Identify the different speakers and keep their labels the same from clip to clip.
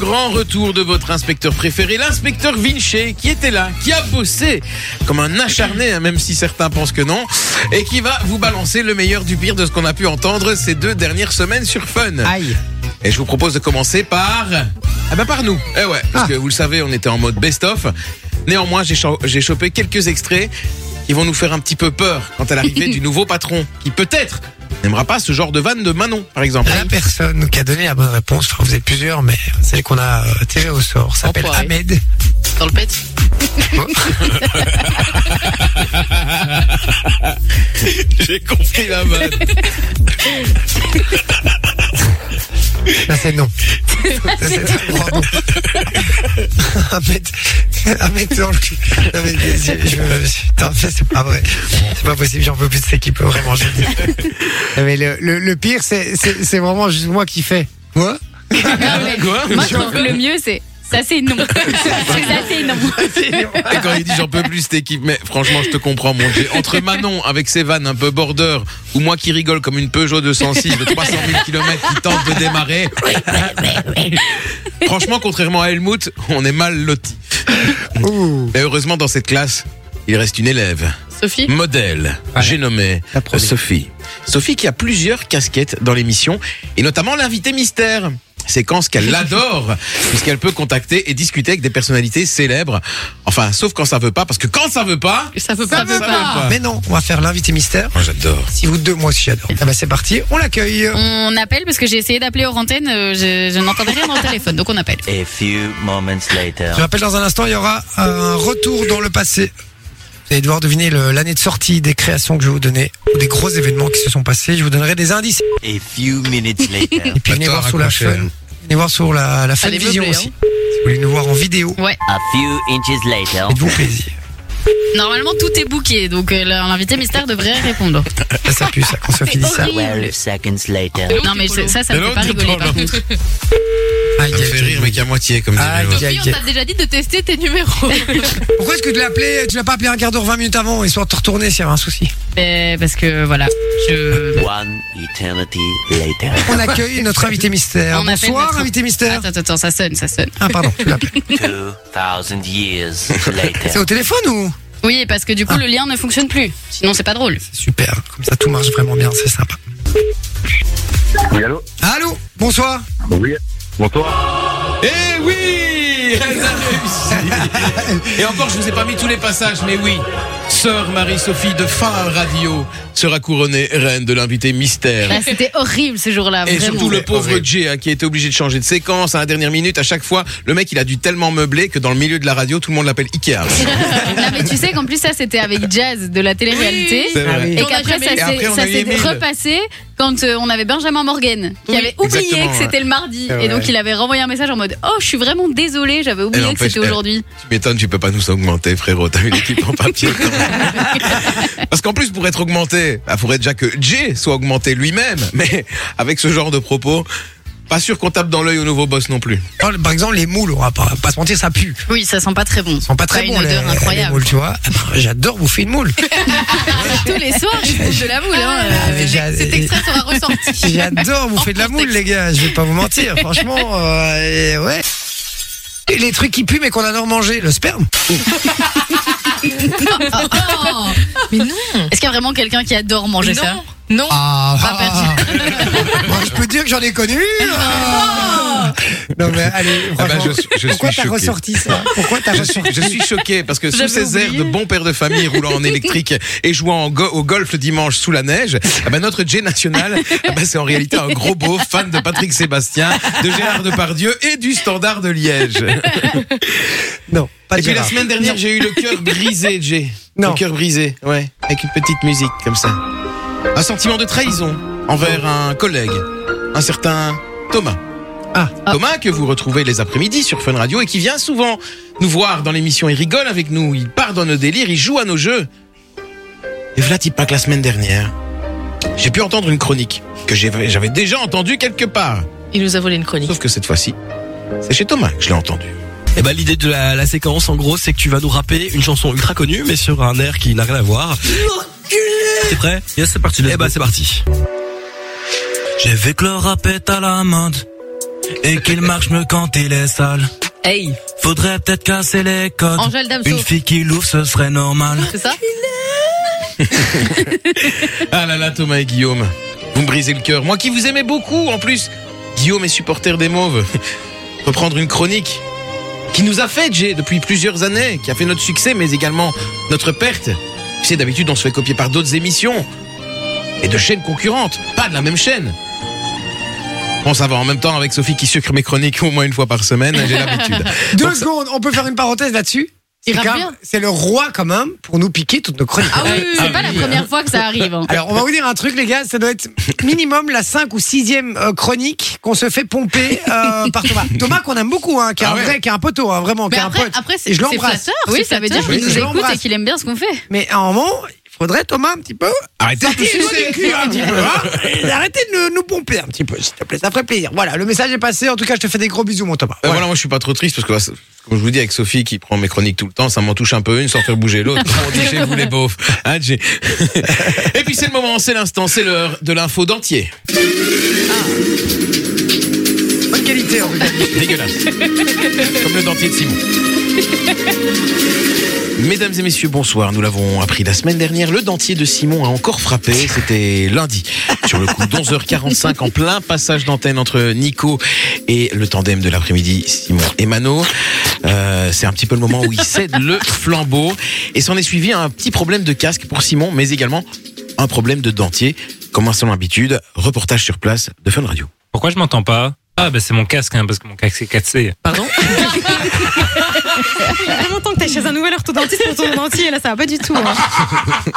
Speaker 1: grand retour de votre inspecteur préféré, l'inspecteur Vinci, qui était là, qui a bossé comme un acharné, hein, même si certains pensent que non, et qui va vous balancer le meilleur du pire de ce qu'on a pu entendre ces deux dernières semaines sur Fun.
Speaker 2: Ah.
Speaker 3: Aïe.
Speaker 1: Et je vous propose de commencer par. Ah bah par nous. Eh ouais, parce
Speaker 3: Ah.
Speaker 1: que vous le savez, on était en mode best-of. Néanmoins, j'ai cho- j'ai chopé quelques extraits qui vont nous faire un petit peu peur quant à l'arrivée du nouveau patron, qui peut-être n'aimera pas ce genre de vanne de Manon, par exemple.
Speaker 2: La personne qui a donné la bonne réponse, enfin, vous êtes plusieurs, mais celle qu'on a euh, tirée au sort s'appelle
Speaker 4: Enfoiré.
Speaker 2: Ahmed.
Speaker 4: Dans le pet
Speaker 1: J'ai compris la vanne.
Speaker 2: Là, c'est non. Là, c'est bravo. Ahmed, Ahmed dans le cul. Non, mais je- je me- putain, ça, c'est pas vrai. C'est pas possible, j'en peux plus de cette équipe, vraiment. je le dis.
Speaker 3: Non, Mais le, le- le pire, c'est- c'est c'est vraiment juste moi qui fais.
Speaker 2: Quoi
Speaker 1: Quoi
Speaker 5: Moi, je trouve que le mieux, c'est ça, c'est non. ça, c'est non.
Speaker 1: Et quand il dit j'en peux plus cette équipe, mais franchement je te comprends mon Dieu. Entre Manon avec ses vannes un peu border ou moi qui rigole comme une Peugeot 206 de 300 000 km qui tente de démarrer. Franchement contrairement à Helmut, on est mal loti.
Speaker 3: Ouh.
Speaker 1: Mais heureusement dans cette classe, il reste une élève,
Speaker 4: Sophie
Speaker 1: modèle, j'ai nommé
Speaker 3: La première.
Speaker 1: Sophie. Sophie qui a plusieurs casquettes dans l'émission et notamment l'invité mystère. Séquence qu'elle adore, puisqu'elle peut contacter et discuter avec des personnalités célèbres. Enfin, sauf quand ça veut pas, parce que quand ça veut pas,
Speaker 4: Ça veut pas.
Speaker 1: veut pas.
Speaker 2: Mais non, on va faire l'invité mystère.
Speaker 1: Moi j'adore.
Speaker 2: Si vous deux, moi aussi, j'adore. Ah bah, c'est parti, on l'accueille.
Speaker 5: On appelle parce que j'ai essayé d'appeler hors antenne, euh, je, je n'entendais rien dans le téléphone, donc on appelle.
Speaker 6: A few moments later.
Speaker 2: Je rappelle dans un instant, il y aura un retour dans le passé. Vous allez devoir deviner le- l'année de sortie des créations que je vais vous donner, ou des gros événements qui se sont passés. Je vous donnerai des indices.
Speaker 6: A few minutes later.
Speaker 2: Et puis venez
Speaker 1: Pas tort
Speaker 2: voir
Speaker 1: à
Speaker 2: sur la
Speaker 1: accrocher,
Speaker 2: fun.
Speaker 1: hein.
Speaker 2: Venez voir sur la, la fun
Speaker 4: Allez
Speaker 2: vision
Speaker 4: meubler,
Speaker 2: aussi. Si vous voulez nous voir en vidéo,
Speaker 6: A few inches later.
Speaker 2: faites-vous plaisir.
Speaker 5: Normalement, tout est bouqué, donc euh, l'invité mystère devrait répondre.
Speaker 2: Ça, ça pue, ça, quand Sophie dit ça. Aïe,
Speaker 6: Twelve seconds later.
Speaker 5: Non, mais je- ça, ça me fait pas rigoler, par contre.
Speaker 2: aïe,
Speaker 1: Ça me fait
Speaker 2: aïe.
Speaker 1: rire, mais qu'à moitié, comme dirait
Speaker 2: Aïe,
Speaker 1: l'autre.
Speaker 2: aïe, aïe.
Speaker 4: déjà dit de tester tes numéros.
Speaker 2: Pourquoi est-ce que tu l'as appelé Tu l'as pas appelé un quart d'heure, 20 minutes avant, histoire de te retourner s'il y avait un souci.
Speaker 5: Ben, parce que voilà, je.
Speaker 6: One eternity later.
Speaker 2: On accueille notre invité mystère.
Speaker 5: On appelle
Speaker 2: Bonsoir,
Speaker 5: notre-
Speaker 2: invité mystère.
Speaker 5: Attends, attends, attends, ça sonne, ça sonne.
Speaker 2: Ah, pardon, tu l'appelles.
Speaker 6: Two thousand years
Speaker 2: C'est
Speaker 6: later.
Speaker 2: au téléphone ou
Speaker 5: Oui, parce que du coup, le lien ne fonctionne plus. Sinon, c'est pas drôle.
Speaker 2: Super, comme ça tout marche vraiment bien, c'est sympa.
Speaker 7: Oui, allô
Speaker 2: Allô, bonsoir.
Speaker 7: Oui. Bonsoir.
Speaker 1: Eh oui Elle a réussi Et encore, je vous ai pas mis tous les passages, mais oui Sœur Marie-Sophie de Fin Radio sera couronnée reine de l'invité mystère.
Speaker 5: Là, Ah, C'était horrible ce jour-là,
Speaker 1: Et
Speaker 5: Ah, vraiment.
Speaker 1: surtout le pauvre
Speaker 2: horrible.
Speaker 1: Jay hein, qui a été obligé de changer de séquence à la dernière minute à chaque fois. Le mec il a dû tellement meubler que dans le milieu de la radio tout le monde l'appelle Ikea.
Speaker 5: Non, mais tu sais qu'en plus, ça, c'était avec Jazz de la télé-réalité.
Speaker 1: C'est vrai.
Speaker 5: Ah Et
Speaker 4: On a
Speaker 5: qu'après,
Speaker 4: jamais
Speaker 5: ça
Speaker 4: eu.
Speaker 1: Et après,
Speaker 5: s'est
Speaker 1: on
Speaker 5: ça
Speaker 1: a eu
Speaker 5: s'est
Speaker 1: Émile.
Speaker 5: repassé quand euh, on avait Benjamin Morgan, qui
Speaker 4: Oui,
Speaker 5: avait oublié
Speaker 1: exactement,
Speaker 5: que c'était le mardi.
Speaker 3: Ouais.
Speaker 5: Et donc, il avait renvoyé un message en mode Oh, je suis vraiment désolé, j'avais oublié que
Speaker 1: n'empêche,
Speaker 5: c'était
Speaker 1: elle-
Speaker 5: aujourd'hui.
Speaker 1: Tu m'étonnes, tu peux pas nous augmenter, frérot. T'as une équipe en papier. quand même. Parce qu'en plus, pour être augmenté, il faudrait déjà que Jay soit augmenté lui-même. Mais avec ce genre de propos, pas sûr qu'on tape dans l'œil au nouveau boss non plus.
Speaker 2: Oh, Par exemple, les moules, on va pas, pas se mentir, ça pue.
Speaker 5: Oui, ça sent pas très bon.
Speaker 2: Ils sont pas très
Speaker 5: une
Speaker 2: bons, les,
Speaker 5: odeur
Speaker 2: les
Speaker 5: incroyable.
Speaker 2: moules, tu vois. Ah ben, J'adore bouffer une moule.
Speaker 5: Tous les soirs, ils bouffent de la boule. hein,
Speaker 2: Ah, mais
Speaker 5: euh,
Speaker 2: j'a-
Speaker 4: Cet extrait sera ressorti.
Speaker 2: J'adore bouffer de la moule, les gars. Je vais pas vous mentir. Franchement, euh, et ouais. Et les trucs qui puent mais qu'on adore manger, le sperme.
Speaker 4: mais non
Speaker 5: Oh. Est-ce qu'il y a vraiment quelqu'un qui adore manger
Speaker 4: Non.
Speaker 5: ça
Speaker 4: Non
Speaker 2: Ah,
Speaker 5: Pas
Speaker 2: Moi, je peux dire que j'en ai connu.
Speaker 5: Oh.
Speaker 2: ah. Non mais allez,
Speaker 1: Ah ben,
Speaker 2: franchement,
Speaker 1: je, je
Speaker 2: pourquoi
Speaker 1: suis
Speaker 2: t'as
Speaker 1: choqué.
Speaker 2: ressorti ça Pourquoi t'as
Speaker 1: Je suis,
Speaker 2: ressorti
Speaker 1: je suis choqué parce que sous
Speaker 4: J'avais
Speaker 1: ces airs de
Speaker 4: oublié.
Speaker 1: bon père de famille roulant en électrique et jouant en go- au golf le dimanche sous la neige, ah ben, notre Jay national, ah ben, c'est en réalité un gros beau fan de Patrick Sébastien, de Gérard Depardieu et du Standard de Liège.
Speaker 2: Non, pas
Speaker 1: Et puis la
Speaker 2: Gérard.
Speaker 1: semaine dernière, j'ai eu le cœur brisé, Jay.
Speaker 2: Non.
Speaker 1: Le cœur brisé, ouais. Avec une petite musique comme ça. Un sentiment de trahison envers un collègue, un certain Thomas.
Speaker 2: Ah.
Speaker 1: Thomas que vous retrouvez les après-midi sur Fun Radio et qui vient souvent nous voir dans l'émission. Il rigole avec nous, il part dans nos délires, il joue à nos jeux. Et voilà, type pas que la semaine dernière, j'ai pu entendre une chronique que j'avais j'avais déjà entendue quelque part.
Speaker 4: Il nous a volé une chronique.
Speaker 1: Sauf que cette fois-ci, c'est chez Thomas que je l'ai entendue.
Speaker 8: Et bah l'idée de la, la séquence en gros c'est que tu vas nous rapper une chanson ultra connue mais sur un air qui n'a rien à voir. T'es prêt Eh ben, Yes c'est parti. Et bah c'est parti. J'ai vu que le rap est à la mode.
Speaker 9: et qu'il marche mieux quand il est sale.
Speaker 5: Hey,
Speaker 9: Faudrait peut-être casser les codes.
Speaker 4: Angèle Damso.
Speaker 9: Une fille qui l'ouvre, ce serait normal.
Speaker 5: c'est ça
Speaker 1: Ah là là, Thomas et Guillaume, vous me brisez le cœur. Moi qui vous aimais beaucoup, en plus, Guillaume est supporter des mauves. Reprendre une chronique qui nous a fait, Jay, depuis plusieurs années, qui a fait notre succès, mais également notre perte. Tu sais, d'habitude, on se fait copier par d'autres émissions et de chaînes concurrentes, pas de la même chaîne. Bon, ça va, en même temps, avec Sophie qui sucre mes chroniques au moins une fois par semaine, j'ai l'habitude.
Speaker 2: Deux
Speaker 1: Donc, ça-
Speaker 2: secondes, on peut faire une parenthèse là-dessus
Speaker 4: Il
Speaker 2: C'est
Speaker 4: rappe
Speaker 2: quand-
Speaker 4: bien.
Speaker 2: C'est le roi quand même pour nous piquer toutes nos chroniques.
Speaker 5: Ah oui, oui, oui, c'est pas la première fois que ça arrive. hein.
Speaker 2: Alors, on va vous dire un truc, les gars, ça doit être minimum la 5 ou 6e euh, chronique qu'on se fait pomper euh, par Thomas. Thomas, qu'on aime beaucoup, hein, qui est,
Speaker 1: Ah
Speaker 2: un
Speaker 1: ouais.
Speaker 2: vrai, qui est un poteau, hein, vraiment,
Speaker 4: Mais
Speaker 2: qui est un
Speaker 4: après,
Speaker 2: pote.
Speaker 4: après
Speaker 2: Et
Speaker 4: c'est
Speaker 2: je
Speaker 4: c'est
Speaker 2: l'embrasse.
Speaker 4: flatteur.
Speaker 5: Oui,
Speaker 4: c'est
Speaker 5: ça veut
Speaker 4: flatteur.
Speaker 5: dire qu'il
Speaker 2: Oui,
Speaker 5: nous
Speaker 2: je
Speaker 5: écoute
Speaker 2: l'embrasse.
Speaker 5: et qu'il aime bien ce qu'on fait.
Speaker 2: Mais à un moment, il faudrait, Thomas, un petit peu.
Speaker 1: Arrêtez de
Speaker 2: sortir
Speaker 1: me
Speaker 2: le doigt
Speaker 1: sucer.
Speaker 2: du cul, un petit peu, hein, et Arrêtez de nous pomper un petit peu, s'il te plaît, ça ferait plaisir. Voilà, le message est passé. En tout cas, je te fais des gros bisous, mon
Speaker 4: Euh,
Speaker 2: Thomas.
Speaker 1: Ben voilà, moi je suis pas trop triste parce que là, c'est- comme je vous dis avec Sophie qui prend mes chroniques tout le temps, ça m'en touche un peu une sans faire bouger l'autre. On dit chez vous les beaufs. Hein, j'ai- Et puis c'est le moment, c'est l'instant, c'est l'heure de l'info d'entier.
Speaker 2: Bonne qualité, en tout cas.
Speaker 1: Dégueulasse. Comme le dentier de Simon. Mesdames et messieurs, bonsoir. Nous l'avons appris la semaine dernière. Le dentier de Simon a encore frappé. C'était lundi. Sur le coup d'11h45, en plein passage d'antenne entre Nico et le tandem de l'après-midi, Simon et Mano. Euh, c'est un petit peu le moment où il cède le flambeau. Et s'en est suivi un petit problème de casque pour Simon, mais également un problème de dentier. Comme à son habitude, reportage sur place de Fun Radio.
Speaker 10: Pourquoi je m'entends pas Ah, bah c'est mon casque, hein, parce que mon casque est cassé.
Speaker 5: Pardon
Speaker 11: vraiment temps que t'ailles chez un nouvel orthodontiste pour ton dentier, là ça va pas du tout. hein.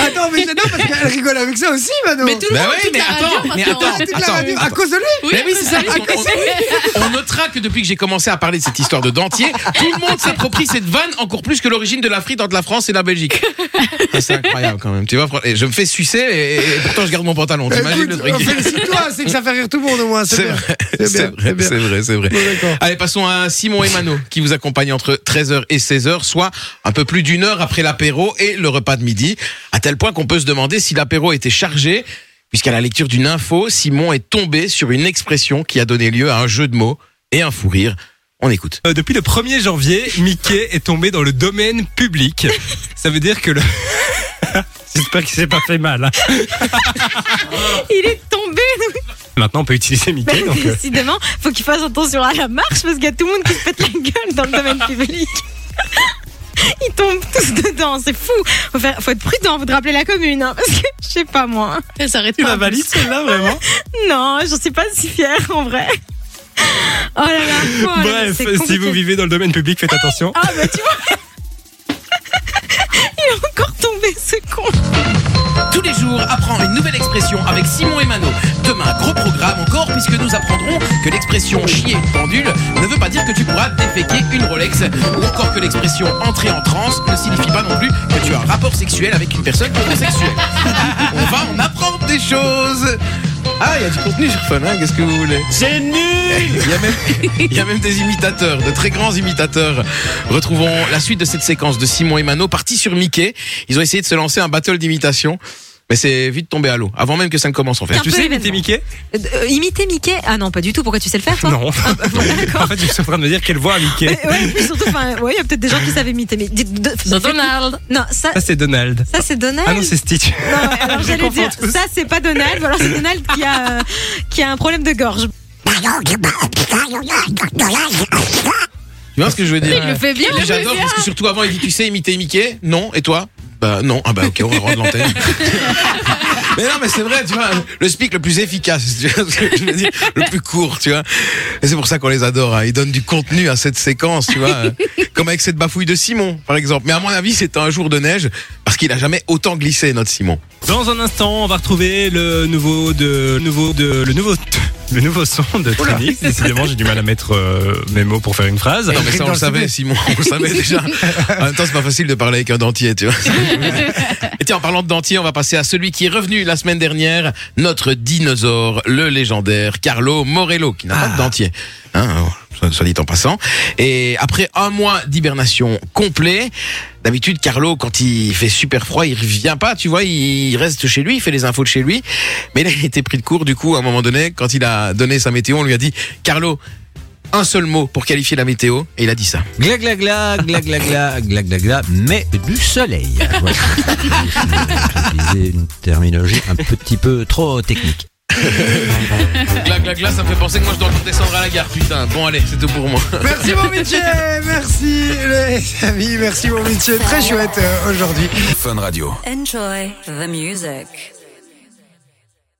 Speaker 2: Attends, mais j'adore parce qu'elle rigole avec ça aussi, Manon.
Speaker 4: Mais tout le
Speaker 1: Bah
Speaker 4: monde,
Speaker 1: oui,
Speaker 4: toute
Speaker 1: mais
Speaker 4: la
Speaker 1: attends,
Speaker 4: radio,
Speaker 1: mais
Speaker 4: maintenant.
Speaker 1: attends.
Speaker 2: Toute la radio- à cause de lui
Speaker 1: Mais oui, c'est ça. On, on- on notera que depuis que j'ai commencé à parler de cette histoire de dentier, tout le monde s'approprie cette vanne encore plus que l'origine de la frite entre la France et la Belgique. Et C'est incroyable quand même. Tu vois, fran- et je me fais sucer et, et pourtant je garde mon pantalon. T'imagines le
Speaker 2: Écoute,
Speaker 1: truc
Speaker 2: félicite-toi, c'est que ça fait rire tout le monde au moins.
Speaker 1: C'est
Speaker 2: bien.
Speaker 1: vrai,
Speaker 2: C'est
Speaker 1: c'est
Speaker 2: bien,
Speaker 1: vrai,
Speaker 2: c'est bien.
Speaker 1: c'est vrai, c'est vrai.
Speaker 2: Bon, d'accord.
Speaker 1: Allez, passons à Simon et Mano qui vous accompagnent entre 13h et 16h, soit un peu plus d'une heure après l'apéro et le repas de midi, à tel point qu'on peut se demander si l'apéro était chargé, puisqu'à la lecture d'une info, Simon est tombé sur une expression qui a donné lieu à un jeu de mots et un fou rire. On écoute.
Speaker 10: Euh, depuis le 1er janvier, Mickey est tombé dans le domaine public. Ça veut dire que le. J'espère qu'il s'est pas fait mal. hein.
Speaker 11: Il est tombé,
Speaker 10: Maintenant, on peut utiliser Mickey.
Speaker 11: donc
Speaker 10: Donc, euh,
Speaker 11: décidément, faut qu'il fasse attention à la marche parce qu'il y a tout le monde qui se pète la gueule dans le domaine public. Ils tombent tous dedans, c'est fou. Faut, faire- faut être prudent, faut te rappeler la commune, hein, parce que je sais pas moi. hein.
Speaker 4: Elle s'arrête
Speaker 10: tu
Speaker 4: pas.
Speaker 10: la valides celle-là vraiment
Speaker 11: Non, j'en suis pas si fière en vrai. Oh là là, oh là là,
Speaker 10: Bref,
Speaker 11: c'est
Speaker 10: si
Speaker 11: compliqué.
Speaker 10: vous vivez dans le domaine public, faites attention.
Speaker 11: Ah bah tu vois. Il est encore tombé ce con.
Speaker 1: Tous les jours, apprends une nouvelle expression avec Simon et Mano. Demain, gros programme encore, puisque nous apprendrons que l'expression chier une pendule ne veut pas dire que tu pourras déféquer une Rolex, ou encore que l'expression entrer en transe ne signifie pas non plus que tu as un rapport sexuel avec une personne homosexuelle. On va en apprendre des choses. Ah, il y a du contenu sur Fun, hein, qu'est-ce que vous voulez C'est nul Il y, a même, il y a même des imitateurs, de très grands imitateurs. Retrouvons la suite de cette séquence de Simon et Mano, partis sur Mickey. Ils ont essayé de se lancer un battle d'imitation, mais c'est vite tombé à l'eau, avant même que ça ne commence en fait.
Speaker 11: Tiens.
Speaker 10: Tu
Speaker 11: peu
Speaker 10: sais
Speaker 11: événement.
Speaker 10: imiter Mickey
Speaker 11: Euh, euh, imiter Mickey Ah non, pas du tout. Pourquoi tu sais le faire, toi
Speaker 10: Non. en fait, je suis en train de me dire qu'elle voit
Speaker 11: Euh,
Speaker 10: Mickey.
Speaker 11: Ouais, et puis surtout, enfin, ouais, il y a peut-être des gens qui savent imiter. Mais dites- de- faites-
Speaker 4: Donald.
Speaker 11: Non, ça,
Speaker 10: Ça, c'est Donald.
Speaker 11: ça c'est Donald.
Speaker 10: Ah non, c'est Stitch.
Speaker 11: Non, ouais, alors
Speaker 10: Je
Speaker 11: j'allais
Speaker 10: confonds
Speaker 11: dire,
Speaker 10: tous.
Speaker 11: ça c'est pas Donald, ou alors c'est Donald qui a, euh, qui a un problème de gorge.
Speaker 1: Tu vois ce que je veux dire
Speaker 4: Il le fait bien.
Speaker 1: Et J'adore parce que surtout avant il dit tu sais imiter Mickey Non et toi Bah non ah bah ok on va rendre l'antenne. mais non mais c'est vrai tu vois le speak le plus efficace tu vois ce que je veux dire, le plus court tu vois et c'est pour ça qu'on les adore hein. ils donnent du contenu à cette séquence tu vois euh, comme avec cette bafouille de Simon par exemple mais à mon avis c'était un jour de neige parce qu'il a jamais autant glissé notre Simon.
Speaker 10: Dans un instant, on va retrouver le nouveau de nouveau de le nouveau le nouveau son de Trini. Décidément, j'ai du mal à mettre euh, mes mots pour faire une phrase.
Speaker 1: Non mais ça on le savait Simon on le savait déjà. En même temps c'est pas facile de parler avec un dentier tu vois. Et tiens, en parlant de dentier, on va passer à celui qui est revenu la semaine dernière, notre dinosaure, le légendaire Carlo Morello, qui n'a pas de dentier. Hein, soit- soit dit en passant. Et après un mois d'hibernation complet, d'habitude Carlo, quand il fait super froid, il revient pas, tu vois, il reste chez lui, il fait les infos de chez lui. Mais là, il était pris de court, du coup, à un moment donné, quand il a donné sa météo, on lui a dit, Carlo, un seul mot pour qualifier la météo, et il a dit ça.
Speaker 10: Gla gla gla, gla gla gla, gla gla gla, mais du soleil. Voilà. Utiliser une terminologie un petit peu trop technique.
Speaker 1: Gla gla gla, ça me fait penser que moi je dois encore descendre à la gare, putain. Bon allez, c'est tout pour moi.
Speaker 2: Merci mon Mitchell, merci les amis, merci mon Mitchell, très chouette euh, aujourd'hui.
Speaker 12: Enjoy the music.